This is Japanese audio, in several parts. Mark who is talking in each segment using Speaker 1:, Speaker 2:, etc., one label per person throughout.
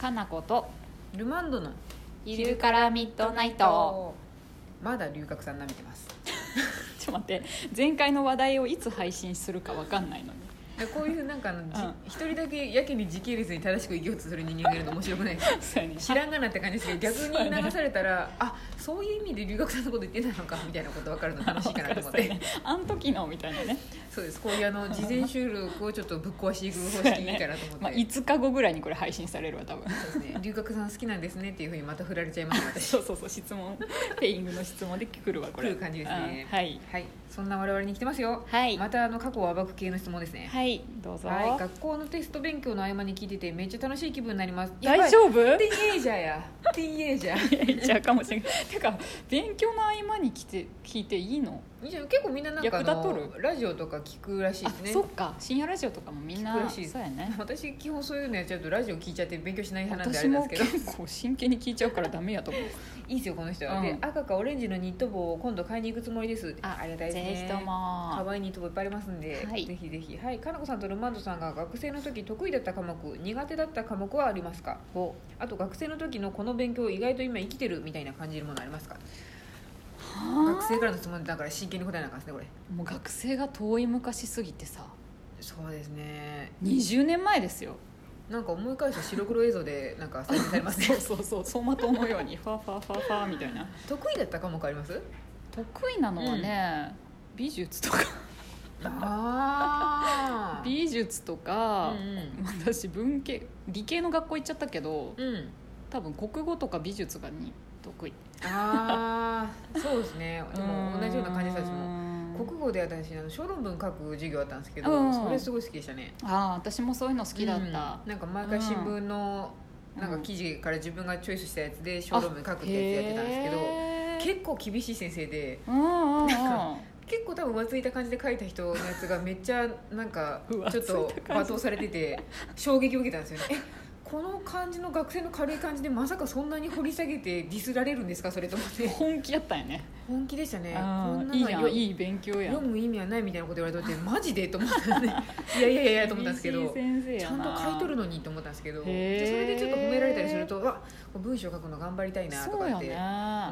Speaker 1: かなこと
Speaker 2: ルマンドの
Speaker 1: 昼からミッドナイト
Speaker 2: まだ龍角さん舐めてます
Speaker 1: ちょっと待って前回の話題をいつ配信するかわかん ないのに
Speaker 2: でこういうなんかあのじ
Speaker 1: うん
Speaker 2: 一、人だけやけに時系列に正しく生きようとする人間がいるの面白くないです
Speaker 1: そうやね
Speaker 2: 知らんがなって感じですけど逆
Speaker 1: そうや
Speaker 2: に
Speaker 1: ね
Speaker 2: 流されたら、あそういう意味で龍角さんのこと言ってたのかみたいなこと分かるの楽しいかなと思っ
Speaker 1: わか
Speaker 2: て
Speaker 1: る そうやねあん時のみたいなね、
Speaker 2: そうですこういうあの事前収録をちょっとぶっ壊していく方式いいかなと思って、
Speaker 1: まあ、5日後ぐらいにこれ配信されるわ多分
Speaker 2: そうですね龍角さん好きなんですねっていうふうにまた振られちゃいます私
Speaker 1: そうそうそう質 問ペイングの質問で来るわこれ
Speaker 2: 来る感じですね
Speaker 1: うんはい
Speaker 2: はいそんな我々に来てますよ
Speaker 1: はい、
Speaker 2: またあの過去を暴く系の質問ですね
Speaker 1: はいどうぞ、
Speaker 2: はい、学校のテスト勉強の合間に聞いててめっちゃ楽しい気分になります
Speaker 1: 大丈
Speaker 2: 夫
Speaker 1: 夫
Speaker 2: ティーンエイジャー やティーンエイジャー
Speaker 1: いやちゃうかもしれないてか勉強の合間に来て聞いていいの
Speaker 2: いや結構みんななんかあ
Speaker 1: 役立っ
Speaker 2: の
Speaker 1: と
Speaker 2: ラジオとか聞くらしい
Speaker 1: あ
Speaker 2: ですね
Speaker 1: そっか深夜ラジオとかもみん
Speaker 2: 聞く
Speaker 1: な
Speaker 2: らしいです
Speaker 1: そうやね
Speaker 2: 私基本そういうのやっちゃうとラジオ聞いちゃって勉強しない派なんであ
Speaker 1: 私
Speaker 2: れなん
Speaker 1: も
Speaker 2: ですけど
Speaker 1: 結構真剣に聞いちゃうからダメやと思う
Speaker 2: いいですよこの人は、
Speaker 1: うん
Speaker 2: で赤かオレンジのニット帽を今度買いに行くつもりですありがたいですね
Speaker 1: ぜひとも
Speaker 2: 可愛いニット帽いっぱいありますんで、
Speaker 1: はい
Speaker 2: ぜひぜひはいかなこさんとルマンドさんが学生の時得意だった科目苦手だった科目はありますか
Speaker 1: お
Speaker 2: あと学生の時のこの勉強意外と今生きてるみたいな感じるものありますか
Speaker 1: は
Speaker 2: 学生からの質問だから真剣に答えなあかんですねこれ
Speaker 1: あもう学生が遠い昔すぎてさ
Speaker 2: そうですね
Speaker 1: 20年前ですよ
Speaker 2: なんか思い返すと白黒映像でなんか再生されます
Speaker 1: そ
Speaker 2: ね
Speaker 1: うそうそう走馬灯のようにファーファーファーファーみたいな
Speaker 2: 得意だった科目あります
Speaker 1: 得意なのはね、美術とか
Speaker 2: あー
Speaker 1: 美術とか、
Speaker 2: うん
Speaker 1: 私文系理系の学校行っちゃったけど
Speaker 2: うん、うん、
Speaker 1: 多分国語とか美術がに得意
Speaker 2: ああそうですねでも同じような感じです私も
Speaker 1: も
Speaker 2: 国語で私あの小論文書く授業あったんですけど、
Speaker 1: うん
Speaker 2: それすごい好きでしたね
Speaker 1: ああ私もそういうの好きだった
Speaker 2: うん、なんか毎回新聞の
Speaker 1: うん
Speaker 2: なんか記事から自分がチョイスしたやつで小論文書くってやつやってたんですけど、
Speaker 1: け
Speaker 2: 結構厳しい先生で
Speaker 1: どうんうんうん
Speaker 2: な結構多分浮ついた感じで書いた人のやつがめっちゃなん か
Speaker 1: 浮つ
Speaker 2: ち
Speaker 1: い
Speaker 2: ょったと罵
Speaker 1: 感じ
Speaker 2: 倒されてて衝撃を受けたんですよねえこの感じの学生の軽い感じでまさかそんなに掘り下げてディスられるんですかそれと思って
Speaker 1: 本気やったんやね
Speaker 2: 本気でしたねこ
Speaker 1: あ
Speaker 2: ん
Speaker 1: ー
Speaker 2: ない
Speaker 1: い
Speaker 2: の
Speaker 1: や
Speaker 2: よ
Speaker 1: んいい勉強やん
Speaker 2: 読む意味はないみたいなこと言われとってマジでと思った んでいやいやいやいやと思ったんですけ
Speaker 1: 厳し
Speaker 2: ど
Speaker 1: い先生
Speaker 2: ち
Speaker 1: や
Speaker 2: ゃん
Speaker 1: な
Speaker 2: と買い取るのにと思ったんですけど
Speaker 1: へ
Speaker 2: でそ
Speaker 1: ー
Speaker 2: れでちょっと褒められたりするとうわ文章書くの頑張りたいなと
Speaker 1: そう
Speaker 2: か
Speaker 1: や
Speaker 2: って
Speaker 1: ね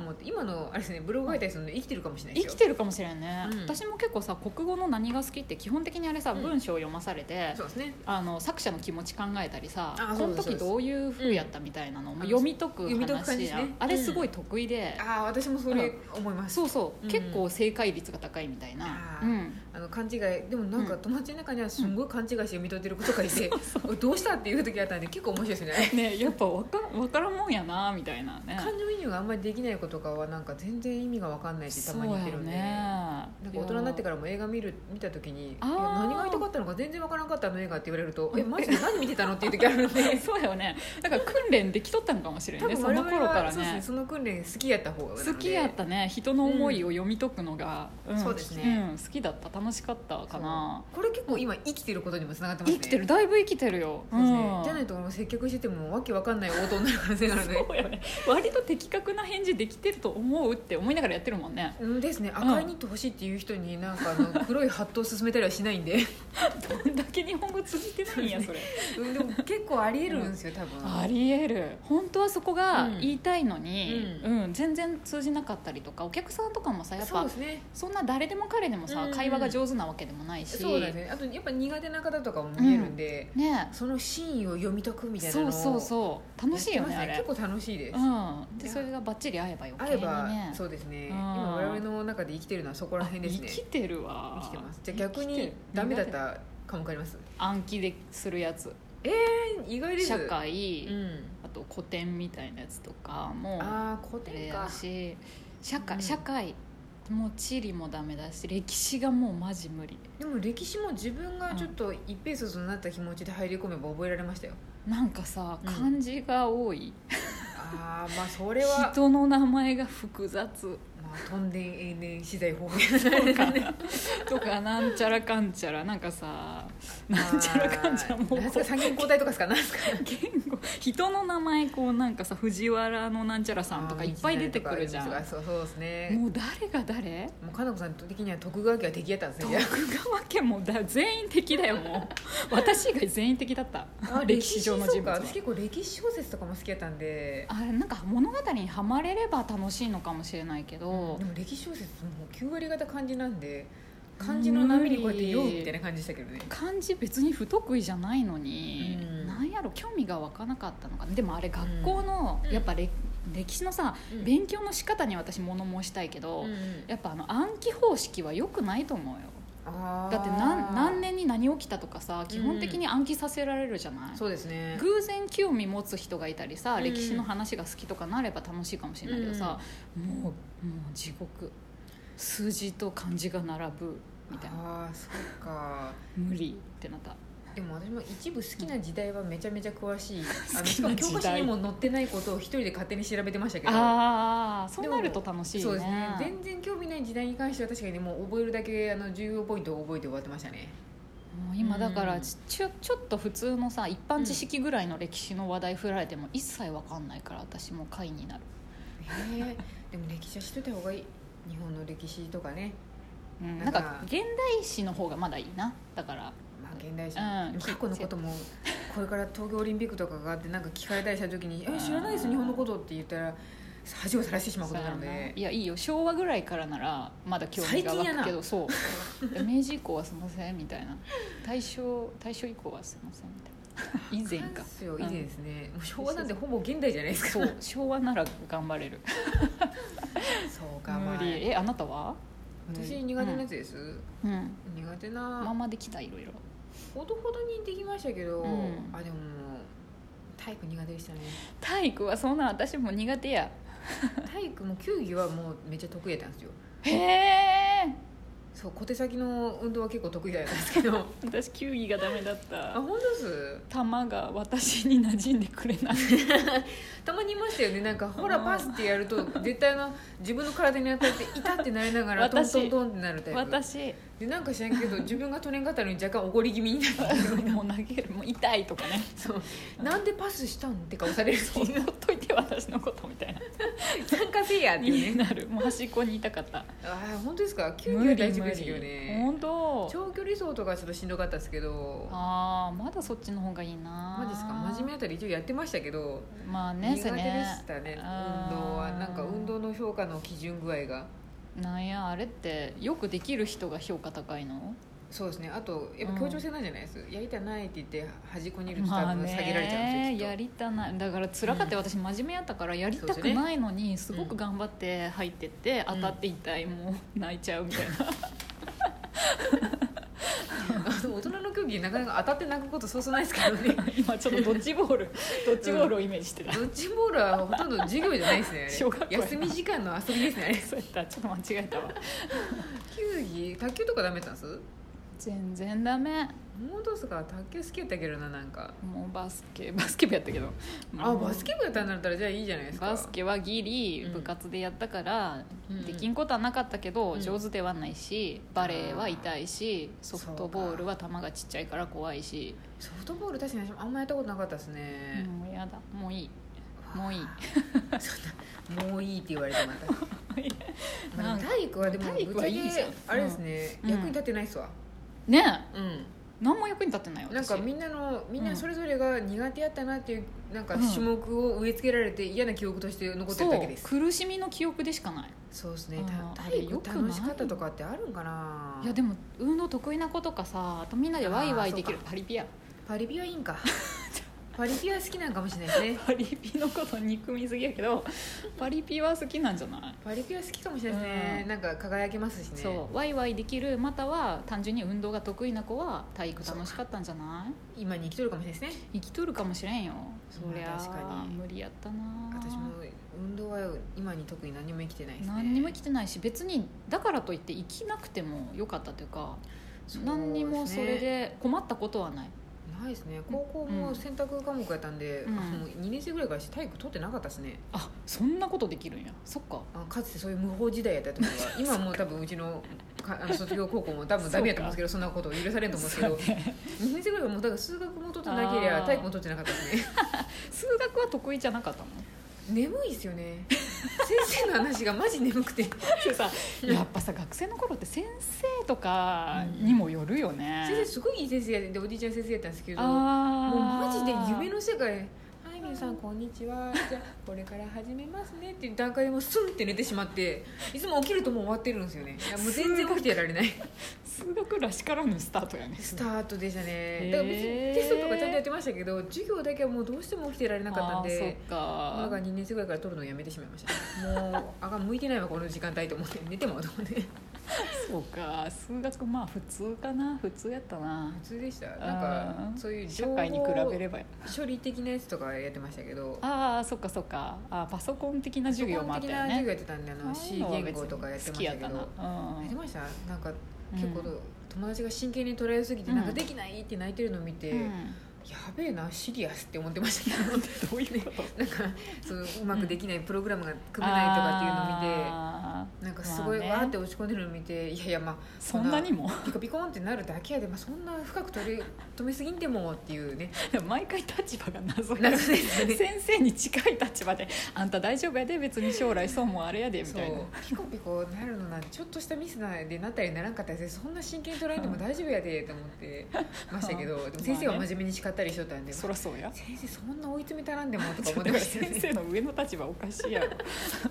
Speaker 2: 思って今のあれですねブログ書いたりするの生きてるかもしれない
Speaker 1: 生
Speaker 2: ですよ
Speaker 1: きてるかもしれんね、
Speaker 2: うん
Speaker 1: 私も結構さ国語の何が好きって基本的にあれさ、
Speaker 2: うん
Speaker 1: 文章を読まされて
Speaker 2: そうですね
Speaker 1: あの作者の気持ち考えたりさ
Speaker 2: あ
Speaker 1: こ
Speaker 2: そう
Speaker 1: の
Speaker 2: です
Speaker 1: 時どういうふうやったみたいなのを、
Speaker 2: ん
Speaker 1: もう読み解く
Speaker 2: 読み解く感
Speaker 1: 話
Speaker 2: じです
Speaker 1: や
Speaker 2: ね
Speaker 1: ん、あれすごい得意で、
Speaker 2: ああ私もそれ思います
Speaker 1: そうそう、
Speaker 2: うん
Speaker 1: 結構正解率が高いみたいな、
Speaker 2: あー
Speaker 1: うん、
Speaker 2: あの勘違いでもなんか友達の中にはすんごい勘違いして読み解いてる子とかいて、おいどうしたっていう時あったんで結構面白いですよね
Speaker 1: ねやっぱわかわからんもんやなみたいなね
Speaker 2: 感情移入があんまりできない子とかはなんか全然意味が分かんないってたまに言ってるんで、
Speaker 1: そうや
Speaker 2: なんか大人になって
Speaker 1: か
Speaker 2: からも映画見る見た時にいや
Speaker 1: あー
Speaker 2: 何が痛かったのか全然分からんかったあの映画って言われると「えマジで何見てたの?」っていう時あるん
Speaker 1: ら
Speaker 2: で
Speaker 1: そうよねだから訓練できとったんかもしれん
Speaker 2: 多
Speaker 1: ね
Speaker 2: 分
Speaker 1: そ
Speaker 2: 我
Speaker 1: の
Speaker 2: 々
Speaker 1: 頃
Speaker 2: は
Speaker 1: から
Speaker 2: そうですね
Speaker 1: ね
Speaker 2: その訓練好きやった方が
Speaker 1: 好きやったね人の思いを読み解くのが、ん
Speaker 2: そうですね
Speaker 1: うん、好きだった楽しかったかな
Speaker 2: そうこれ結構今生きてることにもつながってますね
Speaker 1: 生きてるだいぶ生きてるよ
Speaker 2: そうですね
Speaker 1: うん
Speaker 2: じゃないと接客しててもわけわかんない応答になる可能性があるので
Speaker 1: そうよね割と的確な返事できてると思うって思いながらやってるもんね
Speaker 2: うんですね
Speaker 1: ん
Speaker 2: 赤いニット欲しいっていう人になんかあの黒いハットを勧めたりはしない んで、
Speaker 1: どんだけ日本語通じてないんやそれ
Speaker 2: うん、でも結構ありえるんですよ多分、
Speaker 1: ありえる本当はそこが
Speaker 2: うん
Speaker 1: 言いたいのに、
Speaker 2: う
Speaker 1: うん全然通じなかったりとかお客さんとかもさやっ
Speaker 2: そう
Speaker 1: ぱ
Speaker 2: ですね
Speaker 1: そんな誰でも彼でもさ、
Speaker 2: うん
Speaker 1: 会話が上手なわけでもないし
Speaker 2: そうですねあとやっぱ苦手な方とかも見えるんで、
Speaker 1: ね
Speaker 2: そのシーンを読み解くみたいな
Speaker 1: そ
Speaker 2: の
Speaker 1: う
Speaker 2: を
Speaker 1: そうそう楽しいよね
Speaker 2: や
Speaker 1: あ
Speaker 2: ってます
Speaker 1: れ
Speaker 2: 結構楽しいです、
Speaker 1: うんで
Speaker 2: いや
Speaker 1: それがバッチリ合えば余
Speaker 2: あ
Speaker 1: 計
Speaker 2: れ
Speaker 1: にね
Speaker 2: ば、そうですね
Speaker 1: うん
Speaker 2: 今我々の中で生きてるのはそこら辺ですね
Speaker 1: 生きてるわ
Speaker 2: 生きてますじゃあ逆にダメだった科目あります
Speaker 1: 暗記でするやつ
Speaker 2: 意外です
Speaker 1: 社会、
Speaker 2: うん
Speaker 1: あと古典みたいなやつとかも
Speaker 2: ああ古
Speaker 1: あれ
Speaker 2: 典
Speaker 1: や
Speaker 2: か
Speaker 1: し社会、
Speaker 2: うん
Speaker 1: 社会もう地理もダメだし歴史がもうマジ無理
Speaker 2: でも歴史も自分がちょっと一平卒になった気持ちで入り込めば覚えられましたよ
Speaker 1: なんかさ
Speaker 2: うん
Speaker 1: 漢字が多い、
Speaker 2: ああまあそれは
Speaker 1: 人の名前が複雑
Speaker 2: まあ、とんでん永年資材方面
Speaker 1: か とかなんちゃらかんちゃらなんかさなんちゃらかんちゃらもうこ
Speaker 2: なんす
Speaker 1: う
Speaker 2: か三元交代とかですかなんすか
Speaker 1: 言語人の名前こうなんかさ藤原のなんちゃらさんとかいっぱい出てくるじゃん
Speaker 2: あーそうそうですね
Speaker 1: もう誰が誰
Speaker 2: もうかなこさん的には徳川家は敵やったんです
Speaker 1: 徳
Speaker 2: ね
Speaker 1: 川家もだ全員敵だよも う私以外全員敵だった歴史上の人物
Speaker 2: そう
Speaker 1: は
Speaker 2: か私結構歴史小説とかも好きやったんで
Speaker 1: あれなんか物語にはまれれば楽しいのかもしれないけど
Speaker 2: でも歴史小説もう9割方漢字なんで漢字の波にこうやって酔うみたいな感じでしたけどね
Speaker 1: 漢字別に不得意じゃないのに、
Speaker 2: うん
Speaker 1: なんやろ興味が湧かなかったのかなでもあれ学校の、
Speaker 2: うん
Speaker 1: やっぱれ歴史のさ、
Speaker 2: うん
Speaker 1: 勉強の仕方に私物申したいけど、やっぱあの暗記方式は良くないと思うよだ
Speaker 2: だ
Speaker 1: って何何年に何起きたとかさ基本的に暗記させられるじゃない、
Speaker 2: そうですね
Speaker 1: 偶然興味持つ人がいたりさ、
Speaker 2: うん
Speaker 1: 歴史の話が好きとかなれば楽しいかもしれないけどさ、もうもう地獄数字と漢字が並ぶみたいな
Speaker 2: ああそうか
Speaker 1: 無理ってなった
Speaker 2: でも私も一部好きな時代はめちゃめちゃ詳しい、 あの
Speaker 1: 好き
Speaker 2: し
Speaker 1: な
Speaker 2: か
Speaker 1: 時代
Speaker 2: も教科書にも載ってないことを一人で勝手に調べてましたけど
Speaker 1: ああそうなると楽しいね
Speaker 2: そうですね全然興味ない時代に関しては確かにねもう覚えるだけあの重要ポイントを覚えて終わってましたね
Speaker 1: もう今だか
Speaker 2: う
Speaker 1: ら
Speaker 2: ん
Speaker 1: ちちょちょっと普通のさ一般知識ぐらいの歴史の話題振られても一切わかんないから私も会になる
Speaker 2: へえでも歴史は知っといた方がいい日本の歴史とかね
Speaker 1: うんな
Speaker 2: だ
Speaker 1: ん
Speaker 2: から
Speaker 1: か現代史の方がまだいいなだから
Speaker 2: まあ現代史、
Speaker 1: うん
Speaker 2: でも過去のこともこれから東京オリンピックとかがあってなんか聞かれたりした時に「
Speaker 1: うん
Speaker 2: え知らないです日本のこと」って言ったら恥をさらしてしまうことなの
Speaker 1: そうや
Speaker 2: で
Speaker 1: いやいいよ昭和ぐらいからならまだ興味が湧くけどそう明治以降はすみませんみたいな大正大正以降はすみませんみたいな以前 か
Speaker 2: ですよ以前ですね、もう昭和なんてほぼ現代じゃないですか
Speaker 1: そう昭和なら頑張れる
Speaker 2: そうかまあ
Speaker 1: 無理えあなたは
Speaker 2: 私苦手なやつです、
Speaker 1: うん
Speaker 2: 苦手
Speaker 1: まあ
Speaker 2: な
Speaker 1: まあできたいろいろ
Speaker 2: ほどほどにできましたけど、
Speaker 1: うん
Speaker 2: あでも体育苦手でしたね
Speaker 1: 体育はそんな私も苦手や
Speaker 2: 体育も球技はもうめっちゃ得意やったんですよ
Speaker 1: へえ
Speaker 2: そう小手先の運動は結構得意だったんですけ どあ
Speaker 1: 私球技がダメだった
Speaker 2: 本当です
Speaker 1: 球が私に馴染んでくれない
Speaker 2: たまにいましたよねなんかほらパスってやると絶対あの自分の体に当たって痛ってなりながらトン
Speaker 1: 私
Speaker 2: トントンってなるタイプ
Speaker 1: 私
Speaker 2: でなんか知らんけど自分がトレンガタルに若干怒り気味になって
Speaker 1: もう投げるもう痛いとかね
Speaker 2: そうなんでパスしたんって顔されるって
Speaker 1: そ
Speaker 2: いうう
Speaker 1: ほっといて私のことみた いな
Speaker 2: 参加せえやっていう
Speaker 1: に
Speaker 2: ね
Speaker 1: なるもう端っこにいたかった
Speaker 2: ああ本当ですか球技は大丈夫ですよね
Speaker 1: 本当
Speaker 2: 長距離走とかちょっとしんどかったですけど
Speaker 1: ああまだそっちの方がいいな
Speaker 2: マジですか真面目あたり一応やってましたけど
Speaker 1: 目まあね
Speaker 2: 苦
Speaker 1: そ
Speaker 2: 手
Speaker 1: れ
Speaker 2: で
Speaker 1: ね
Speaker 2: したね運動
Speaker 1: あー
Speaker 2: はなんか運動の評価の基準具合が
Speaker 1: なんやあれってよくできる人が評価高いの
Speaker 2: そうですねあとやっぱ協調性なんじゃないです、やりたないって言って端っこにいると多
Speaker 1: まあ
Speaker 2: 分下げられちゃうんです
Speaker 1: ね
Speaker 2: よ、
Speaker 1: や
Speaker 2: きっ
Speaker 1: りたないだから辛かって私真面目やったからやりたくないのにすごく頑張って入ってって当たって痛いもう泣いちゃうみ たいな
Speaker 2: と大人の競技なかなか当たって泣くことそうそうないですから ね
Speaker 1: 今ちょっとドッジボールドッジボールをイメージしてた
Speaker 2: ドッジボールはほとんど授業じゃないです ね
Speaker 1: 小学
Speaker 2: あ
Speaker 1: 校
Speaker 2: れ
Speaker 1: やな
Speaker 2: 休み時間の遊びですねあれ
Speaker 1: そうやったちょっと間違えたわ
Speaker 2: 球技卓球とかダメだったんです
Speaker 1: 全然ダメ
Speaker 2: 本当ですか卓球好きやったけどななんか
Speaker 1: もうバスケバスケ部やったけど
Speaker 2: あ
Speaker 1: もう
Speaker 2: バスケ部やったんだったらじゃあいいじゃないですか
Speaker 1: バスケはギリ
Speaker 2: うん
Speaker 1: 部活でやったから、
Speaker 2: うん
Speaker 1: できんことはなかったけど、
Speaker 2: うん
Speaker 1: 上手ではないしバレーは痛いしソフトボール
Speaker 2: そう
Speaker 1: は球がちっちゃいから怖いし
Speaker 2: ソフトボール確かに私もあんまやったことなかったですね、
Speaker 1: もうやだもういいもういい
Speaker 2: そんなもういいって言われて またま
Speaker 1: な
Speaker 2: あ
Speaker 1: ん
Speaker 2: で
Speaker 1: か
Speaker 2: も体育はでも
Speaker 1: 体育はいいじゃん
Speaker 2: ぶっちけあれですね、
Speaker 1: うん
Speaker 2: 役に立ってないっすわ
Speaker 1: ねえ
Speaker 2: うん
Speaker 1: 何も役に立ってないよ
Speaker 2: なん
Speaker 1: 私
Speaker 2: かみんなのみんなそれぞれが苦手やったなっていうなんか
Speaker 1: うん
Speaker 2: 種目を植え付けられて嫌な記憶として残って
Speaker 1: そ
Speaker 2: る
Speaker 1: う
Speaker 2: だけです、
Speaker 1: 苦しみの記憶でしかない
Speaker 2: そうですね
Speaker 1: あー
Speaker 2: た
Speaker 1: あ
Speaker 2: 体
Speaker 1: れよ
Speaker 2: 育
Speaker 1: くない
Speaker 2: 楽しかったとかってあるんかない
Speaker 1: やでも運動得意な子とかさあとみんなでワイワイできる
Speaker 2: あー
Speaker 1: パリピや
Speaker 2: パリピはい いんかパリピは好きなんかもしれないですね
Speaker 1: パリピのこと憎みすぎやけど パリピは好きなんじゃない
Speaker 2: パリピは好きかもしれないですね、
Speaker 1: う
Speaker 2: なんか輝けますしね
Speaker 1: そうワイワイできるまたは単純に運動が得意な子は体育楽しかったんじゃない
Speaker 2: 今に生きとるかもしれないですね
Speaker 1: 生きとるかもしれんよそりゃ
Speaker 2: まあ確かに
Speaker 1: 無理やったな
Speaker 2: 私も運動は今に特に何も生きてないですね
Speaker 1: 何にも生きてないし別にだからといって生きなくてもよかったというか
Speaker 2: そうですね
Speaker 1: 何にもそれで困ったことはない
Speaker 2: ないですね高校も選択科目やったんで、
Speaker 1: うん
Speaker 2: あもう2年生ぐらいからして体育取ってなかったですね
Speaker 1: あそんなことできるんやそっか
Speaker 2: あかつてそういう無法時代やった時は 今もう多分うちのかあの卒業高校も多分ダメやと思うんですけどそんなこと許されると思うんですけど
Speaker 1: そうね
Speaker 2: 2年生ぐらいはもうだから数学も取ってなけりゃ
Speaker 1: あー
Speaker 2: 体育も取ってなかったですね
Speaker 1: 数学は得意じゃなかったの
Speaker 2: 眠いですよね 先生の話がマジ眠くて
Speaker 1: でさ やっぱさ学生の頃って先生とかにもよるよね、
Speaker 2: 先生すごいいい先生やでおじいちゃん先生やったんですけどもう
Speaker 1: あ
Speaker 2: マジで
Speaker 1: ー
Speaker 2: 夢の世界はい皆さんこんにちはじゃあこれから始めますねっていう段階でもうスンって寝てしまっていつも起きるともう終わってるんですよねいやもう全然起きてやられない
Speaker 1: 数学らしからぬスタートやね
Speaker 2: スタートでしたね
Speaker 1: ー
Speaker 2: だから別にテストとかちゃんとやってましたけど授業だけはもうどうしても起きてられなかったん
Speaker 1: あー
Speaker 2: で
Speaker 1: そ
Speaker 2: だ
Speaker 1: っ
Speaker 2: か
Speaker 1: から
Speaker 2: 2年生ぐらいから取るのをやめてしまいましたねもうあが向いてないわこの時間帯と思って寝てもうと思って
Speaker 1: そうか数学まあ普通かな普通やったな
Speaker 2: 普通でしたなん
Speaker 1: あー
Speaker 2: かそういう
Speaker 1: 社
Speaker 2: 情報
Speaker 1: 会に比べれば
Speaker 2: 処理的なやつとかやってましたけど
Speaker 1: ああそっかそっかあーパソコン的な授業もあったよ
Speaker 2: 基本的な授業
Speaker 1: ね
Speaker 2: やってたんであ
Speaker 1: あ
Speaker 2: の
Speaker 1: あ
Speaker 2: C
Speaker 1: いうのは別
Speaker 2: 言
Speaker 1: に
Speaker 2: 語とかやってま
Speaker 1: 好
Speaker 2: し
Speaker 1: きや
Speaker 2: た
Speaker 1: っ
Speaker 2: け
Speaker 1: た
Speaker 2: ど
Speaker 1: な、うん
Speaker 2: やってましたなんか
Speaker 1: うん
Speaker 2: 結構、友達が真剣に捉えすぎてなんかできないって泣いてるのを見
Speaker 1: う
Speaker 2: て、や
Speaker 1: ん
Speaker 2: べえなシリアスって思ってましたけど
Speaker 1: どういうこと
Speaker 2: なんかそのうまくできないプログラムが組めないとかっていうのを見て。
Speaker 1: あー
Speaker 2: なんかすごい
Speaker 1: まあね
Speaker 2: わーって落ち込んでるのを見て、いやいやまあ
Speaker 1: そんなにも
Speaker 2: ピコピコンってなるだけやで、まあ、そんな深く取り止めすぎんでもってい うね
Speaker 1: でも毎回立場が謎や
Speaker 2: 謎ですよね
Speaker 1: 先生に近い立場で「あんた大丈夫やで別に将来そうもあれやで」み
Speaker 2: そう
Speaker 1: たいな
Speaker 2: ピコピコなるのなんてちょっとしたミスなんでなったりならんかったりそんな真剣に捉えんでも大丈夫やでと思ってまし たけどでも先生は真面目に叱ったりしとったんで、
Speaker 1: そらそうや
Speaker 2: 先生そんな追い詰めたらんでもとか
Speaker 1: ちょ
Speaker 2: 思
Speaker 1: っ
Speaker 2: っ
Speaker 1: とだから
Speaker 2: てました
Speaker 1: 先
Speaker 2: よね
Speaker 1: 生の上の立場おかしいや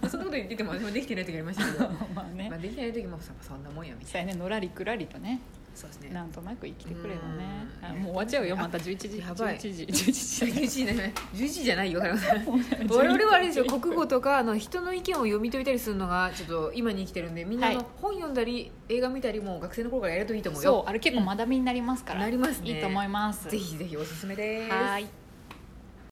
Speaker 1: ろ
Speaker 2: そんなこと言ってても私もできてない時ありましたけど
Speaker 1: まあ ね
Speaker 2: まあできてない時もさそんなもんやみたい
Speaker 1: そうやねのらりくらりとね
Speaker 2: なそうです
Speaker 1: な
Speaker 2: ね
Speaker 1: んとなく生きてくればね
Speaker 2: うん
Speaker 1: あもう終わっちゃうよまた11時
Speaker 2: やばい
Speaker 1: 11時11時
Speaker 2: 11時じゃない11時じゃないよ 我々はあれですよ国語とかあの人の意見を読み解いたりするのがちょっと今に生きてるんでみんなあの
Speaker 1: はい
Speaker 2: 本読んだり映画見たりも学生の頃からやるといいと思うよ
Speaker 1: そうあれ結構学びになりますから
Speaker 2: なりますね
Speaker 1: いいと思います
Speaker 2: ぜひぜひおすすめです
Speaker 1: はーい